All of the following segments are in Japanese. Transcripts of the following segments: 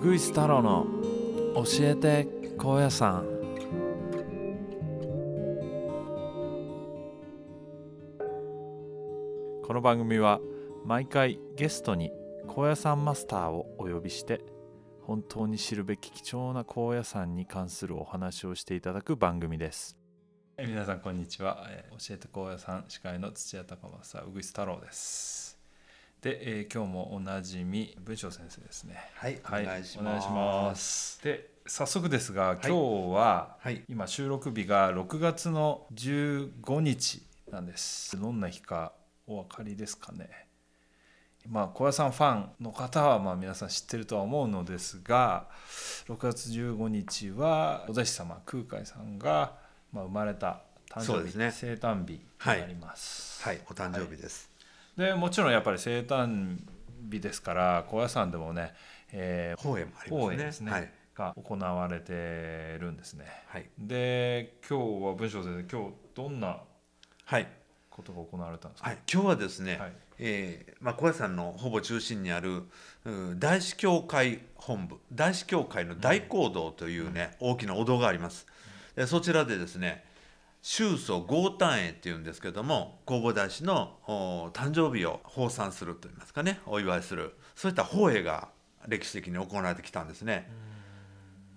グイス太郎の教えて高野山この番組は毎回ゲストに高野山マスターをお呼びして本当に知るべき貴重な高野山に関するお話をしていただく番組ですえ皆さんこんにちはえー教えて高野山司会の土屋隆正うぐいす太郎ですで、えー今日もおなじみ文章先生ですねはい、はい、お願いしお願まいす。しますで早速ですが今日ははい、今収録日が6月の15日なんですどんな日かお分かりですかねまあ小屋さんファンの方はまあ皆さん知ってるとは思うのですが6月15日はお弟子様空海さんがまあ生まれた誕そう生です日、ね生誕日になります、はい、お誕生日です。でもちろんやっぱり生誕日ですから高野山でもね、えー法会もあります公ね。演ですね、はい、が行われてるんですねはい、で今日は文章先生今日どんなはい、ことが行われたんですかはい、今日はですね、はいえーまあ、小林さんのほぼ中心にある。うん大司教会本部、大司教会の大講堂というね、大きなお堂があります。で、そちらでですね。宗祖豪丹会っていうんですけども弘法大師のお誕生日を奉賛するといいますかねお祝いするそういった法会が歴史的に行われてきたんですね。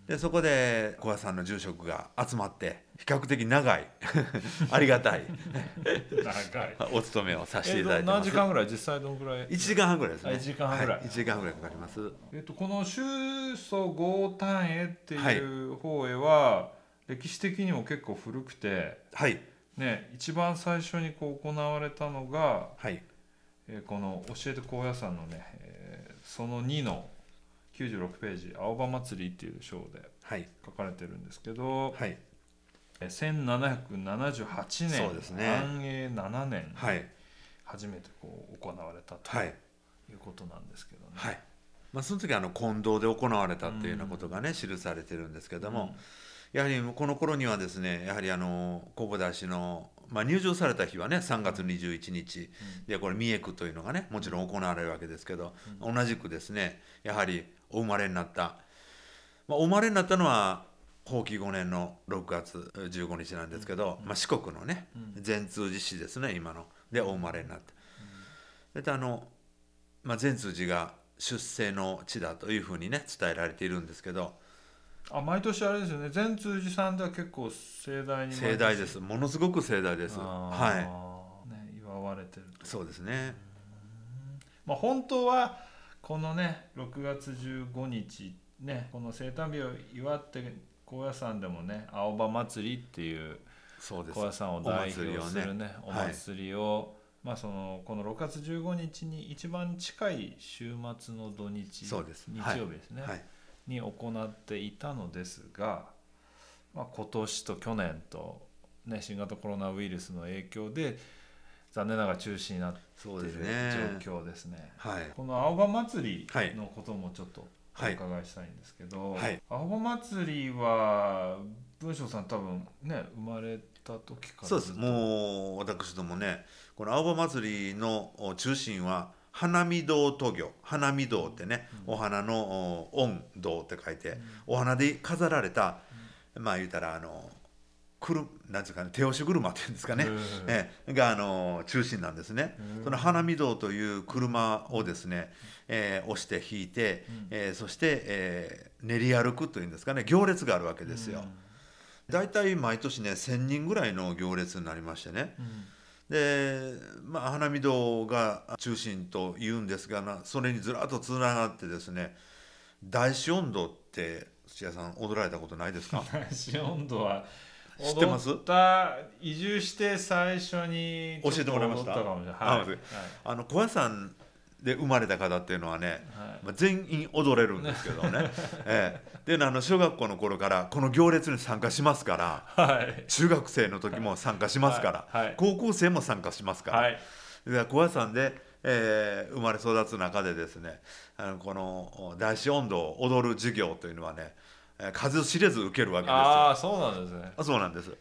でそこで小林さんの住職が集まって比較的長い ありがたい長いお勤めをさせてえいーただいとてま何す時。間ぐらい実際どのぐらい1時間半ぐらいですね。あ一時間半ぐらいは一時間半ぐらいかかります。えっとこの宗祖豪丹絵ってはいいう方へは歴史的にも結構古くてはいね一番最初にこう行われたのがはいえーこの「教えて高野山」のね、えーその2の96ページ「青葉祭り」っていう章ではい書かれてるんですけど、はいえー1778そうです年、ね安永7年はい初めてこう行われたとはいいうことなんですけどね。はい。まあその時あの近堂で行われたっていうようなことがね記されてるんですけども、やはりこの頃にはですねやはりあの弘法大師の、まあ、入場された日はね3月21日、でこれ三重区というのがねもちろん行われるわけですけど、同じくですねやはりお生まれになった、まあ、お生まれになったのは法規5年の6月15日なんですけど、まあ、四国のね善通寺市ですね今のでお生まれになった。それとあのまあ、善通寺が出世の地だというふうにね伝えられているんですけどあ毎年あれですよね善通寺さんでは結構盛大に盛大ですものすごく盛大ですははいね、祝われてるいそうですねまあ、本当はこのね6月15日ねこの生誕日を祝って高野山でもね青葉祭りっていうそうです高野山を代表するねお祭りをねお祭りをねまあ、そのこの6月15日に一番近い週末の土日そうです日はい曜日ですね、はいに行っていたのですが、まあ、今年と去年と、ね、新型コロナウイルスの影響で残念ながら中止になってそいうるですね状況ですね。はいこの青葉祭りのこともちょっとおはい伺いしたいんですけど、はい青葉祭りは文章さん多分ね生まれた時からそうですうもう私どもねこの青葉祭りの中心は花見堂都行花見堂ってね、お花のお御堂って書いて、お花で飾られた、まあ言うたらあのくるなんていうかね手押し車っていうんですかね、うんええがあの中心なんですね、うんその花見堂という車をですね、えー押して引いて、えーそして、えー練り歩くというんですかね行列があるわけですよ、大体毎年ね1,000人ぐらいの行列になりましてねで、まあ、花見堂が中心と言うんですがなそれにずらっとつながってですね大師音頭って土屋さん踊られたことな いですか市温度は知ってます踊った移住して最初に教えてもらいましたちょっと踊ったかもしれあない、はいあの小屋さんで生まれた方っていうのはね、はいまあ、全員踊れるんですけど ね、ええ、であの小学校の頃からこの行列に参加しますからはい中学生の時も参加しますから、はいはい高校生も参加しますから、はいで小屋さんで、えー生まれ育つ中でですねあのこの大師音頭を踊る授業というのはねえー数知れず受けるわけですよああそうなんですねあそうなんです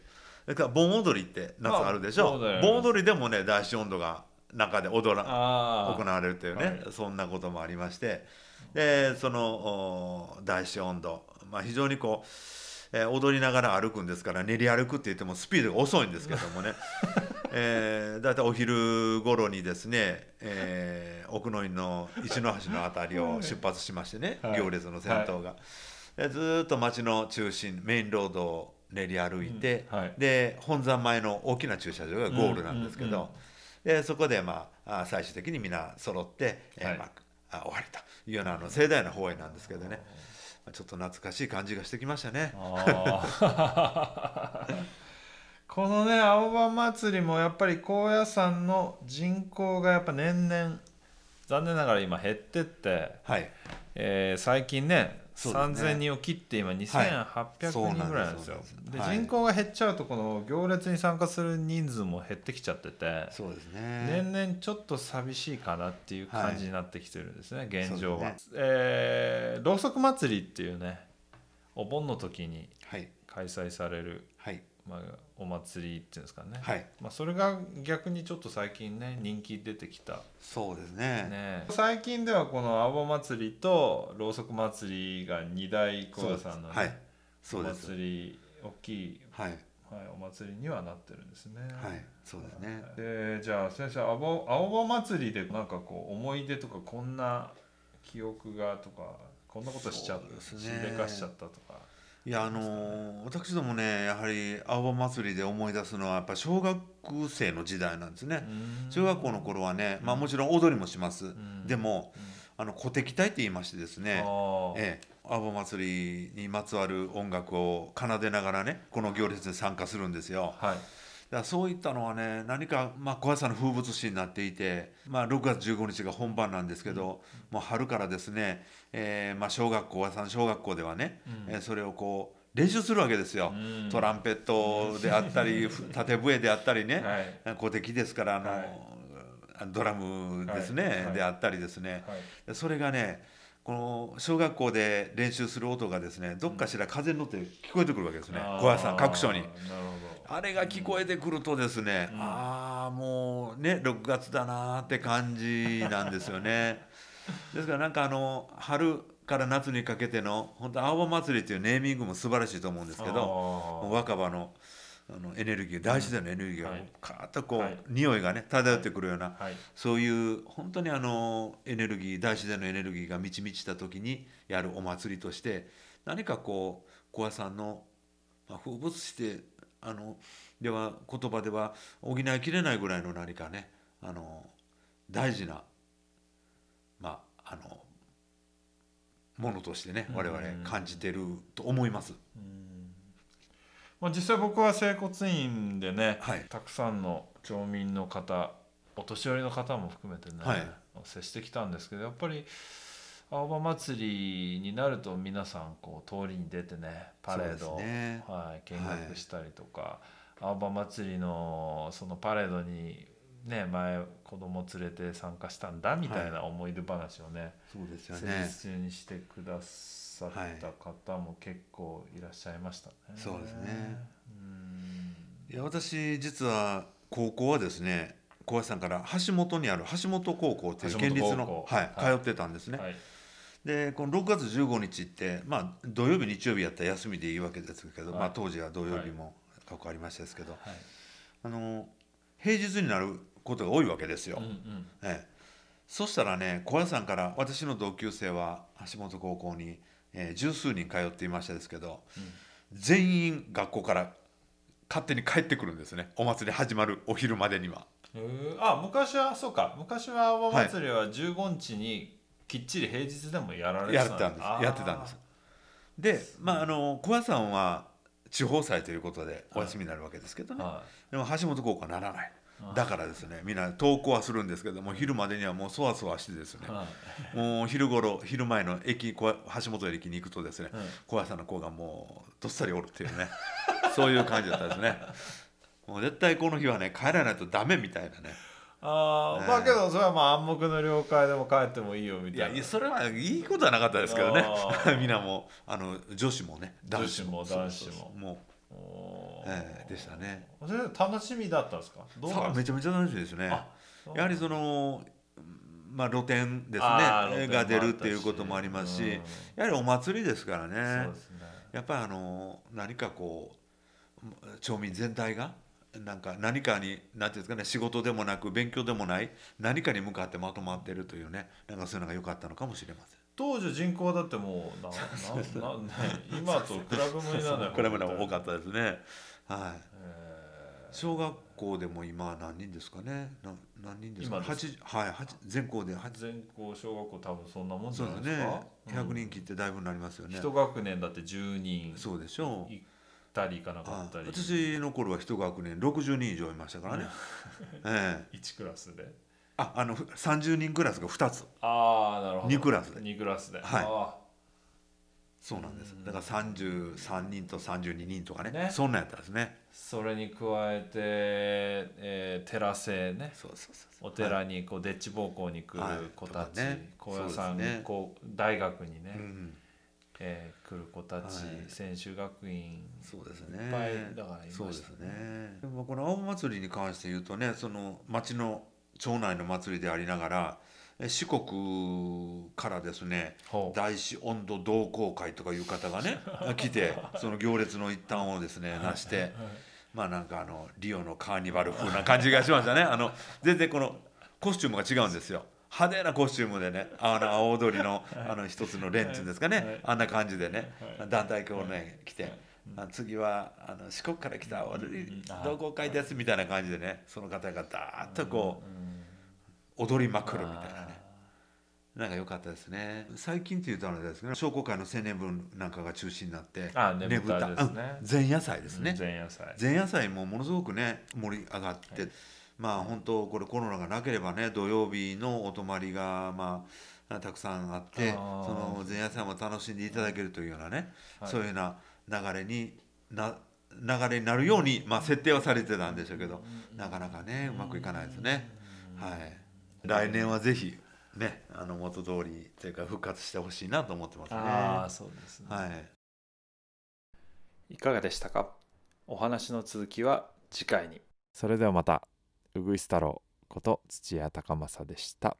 だから盆踊りって夏あるでしまあょ、盆踊りあります盆踊りでもね大師音頭が中で踊らああ行われるというねはそんなこともありましてでそのお大師音頭、まあ、非常にこう、えー踊りながら歩くんですから練り歩くって言ってもスピードが遅いんですけども ね、えー、だいたいお昼頃にですね、えー奥の院の石の橋の辺りを出発しましてね、はい行列の先頭が、でずーっと町の中心メインロードを練り歩いて、うんはいで本山前の大きな駐車場がゴールなんですけど、うんうんうんでそこで、まあ、あ最終的に皆揃って、えーはいまあ、あ終わりというようなあの盛大な放映なんですけどねまあちょっと懐かしい感じがしてきましたね。あー このね青葉祭りもやっぱり高野山の人口がやっぱ年々残念ながら今減ってって、はい、えー最近ねそうですね3000人を切って今2800そうなんで人すぐらいなんですよ、そうでなんですはい人口が減っちゃうとこの行列に参加する人数も減ってきちゃっててそうですね。年々ちょっと寂しいかなっていう感じになってきてるんですね、現状は、そうでえーろうそく祭りっていうねお盆の時にはい、開催される、はい、まあ、お祭りっていうんですかね、はい、まあ、それが逆にちょっと最近ね人気出てきた、そうですね。ね、最近ではこの青葉祭りとろうそく祭りが2大高野山の、ねはい、そおうです。祭り大きい、はい、はい、お祭りにはなってるんですね。はい、そうですね。でじゃあ先生青葉青葉祭りでなんかこう思い出とかこんな記憶がとかこんなことしちゃっそうですた、ねしでかしちゃったとかいやあのー私どもねやはり青葉祭りで思い出すのはやっぱ小学生の時代なんですね。中学校の頃はね、まあ、もちろん踊りもします、んでもあの鼓笛隊って言いましてですね、ねええ、青葉祭りにまつわる音楽を奏でながらねこの行列に参加するんですよ。はいだからそういったのはね何か、まあ、小屋さんの風物詩になっていて、まあ、6月15日が本番なんですけど、もう春からですね、えーまあ、小学校小屋さん小学校ではね、うんえーそれをこう練習するわけですよ、うんトランペットであったり縦笛であったりね、はい小敵ですからあの、はいドラムですね、はいはいであったりですね、はいそれがねこの小学校で練習する音がですねどっかしら風に乗って聞こえてくるわけですね、あー小屋さん各所になる。ほあれが聞こえてくるとですね、うんああもうね6月だなーって感じなんです よね。ですからなんかあの春から夏にかけての本当青葉祭りっていうネーミングも素晴らしいと思うんですどけどもうあ若葉のあのエネルギー大自然のエネルギーがうんこうはいカーッとこう、はい匂いがね漂ってくるようなーはいそういう本当にあのエネルギー大自然のエネルギーが満ち満ちた時にやるお祭りとして何かこう小屋さんの、まあ、風物詩であのでは言葉では補いきれないぐらいの何かねあの大事なまああのものとしてね我々うん感じてると思います。うんまあ、実際僕は整骨院でね、はいたくさんの町民の方お年寄りの方も含めてね、はい接してきたんですけどやっぱり青葉祭りになると皆さんこう通りに出てねパレードそうを、ですねはい、見学したりとか、青葉祭りのそのパレードに、ね、前子供連れて参加したんだみたいな思い出話をね、そうですよ誠ね。実にしてくださった方も結構いらっしゃいましたね。そうですねうん。いや私実は高校はですね小林さんから橋本にある橋本高校という橋県本立高の校、はいは通ってたんですね、はい。でこの6月15日って、まあ、土曜日日曜日やったら休みでいいわけですけど、はいまあ、当時は土曜日も過去ありましたですけど、はい。あの平日になることが多いわけですよ、うんうん。ええ、そしたらね小林さんから私の同級生は橋本高校に、えー十数人通っていましたですけど、全員学校から勝手に帰ってくるんですねお祭り始まるお昼までには。えーあ、昔はそうか。昔は青葉祭りは15日にきっちり平日でもやられてやたってたんですやってたんです。でまああの小屋さんは地方祭ということでお休みになるわけですけどあね、ーはでも橋本高校はならないあだからですねみんな登校はするんですけども昼までにはもうそわそわしてですねい。はい。もう昼頃昼前の駅小屋橋本駅に行くとですねうん小屋さんの子がもうどっさりおるっていうね そういう感じだったですねもう絶対この日はね帰らないとダメみたいなねああ、ねまあけどそれはまあ暗黙の了解でも帰ってもいいよみいたいやな。いやそれはいいことはなかったですけどねあ ーみんなもあの女子もね男子も女子も男子もそうそうそうもおう、ーえーでしたねそれ楽しみだったんですか。どうさなあんでめすちゃめちゃ楽しいですねか。あやはりそのうんまあ、露店ですあー露ね店が出もあるっったしていうこともありますし、うんやはりお祭りですからねそうですねやっぱりあの何かこう町民全体がなんか何かに何ていうんですかね仕事でもなく勉強でもない何かに向かってまとまってるというねなんかそういうのが良かったのかもしれません。当時人口はだっても うななな、ね、今と比べ物にならないこれまでも多かっったですね。はい。た、小学校でも今何人ですかね。な何人ですか。今です八はい八全校で八全校小学校多分そんなもんじそゃうなでいすですねか。百人うん切ってだいぶになりますよね。一学年だって10人行っそうでしょう。たり行かなかあったり私の頃は一学年60人以上いましたからね。ええ。 1クラスでああのふ30人クラスが2つ。ああなるほど二クラスで2クラスではいあそうなんですう。んだから33人と32人とかね。ねそんなんやったんですねー。それに加えて、えー、寺生ねそうそうそう。お寺にこうでっち奉公に来る子たはいとち、かね高野山そうですねこう大学にね、はい。うん。えー来る子たち、はい専修学院そうですね。いっぱいだからいましたねそうですね。でもこの青祭りに関して言うとね、その町の町内の祭りでありながら、え四国からですね、ほう大師温度同好会とかいう方 がね来てその行列の一端をですねなしてまあなんかあのリオのカーニバル風な感じがしましたねあの全然このコスチュームが違うんですよ派手なコスチュームでねあの青踊りのあの一つのレンチンですかはいはいねあんな感じでねはい団体をね来て。あ次はあの四国から来た踊り同好会ですみたいな感じでねその方がダーッとこうんう踊りまくるみたいなねなんか良かったですね。最近って言うとあれですけど、商工会の青年分なんかが中心になって、あーねぶたですねうん前夜祭でですね。前夜祭前夜祭もものすごくね盛り上がって、まあ本当これコロナがなければね土曜日のお泊まりがまあたくさんあってあーその前夜祭も楽しんでいただけるというようなね、はいそういうような流れにな流れになるように、まあ、設定はされてたんでしょうけど、なかなかねうまくいかないですね。はい、来年はぜひねあの元通りというか復活してほしいなと思ってますね。ああそうですね、はいいかがでしたかお話の続きは次回にそれではまたうぐいす太郎こと土屋隆正でした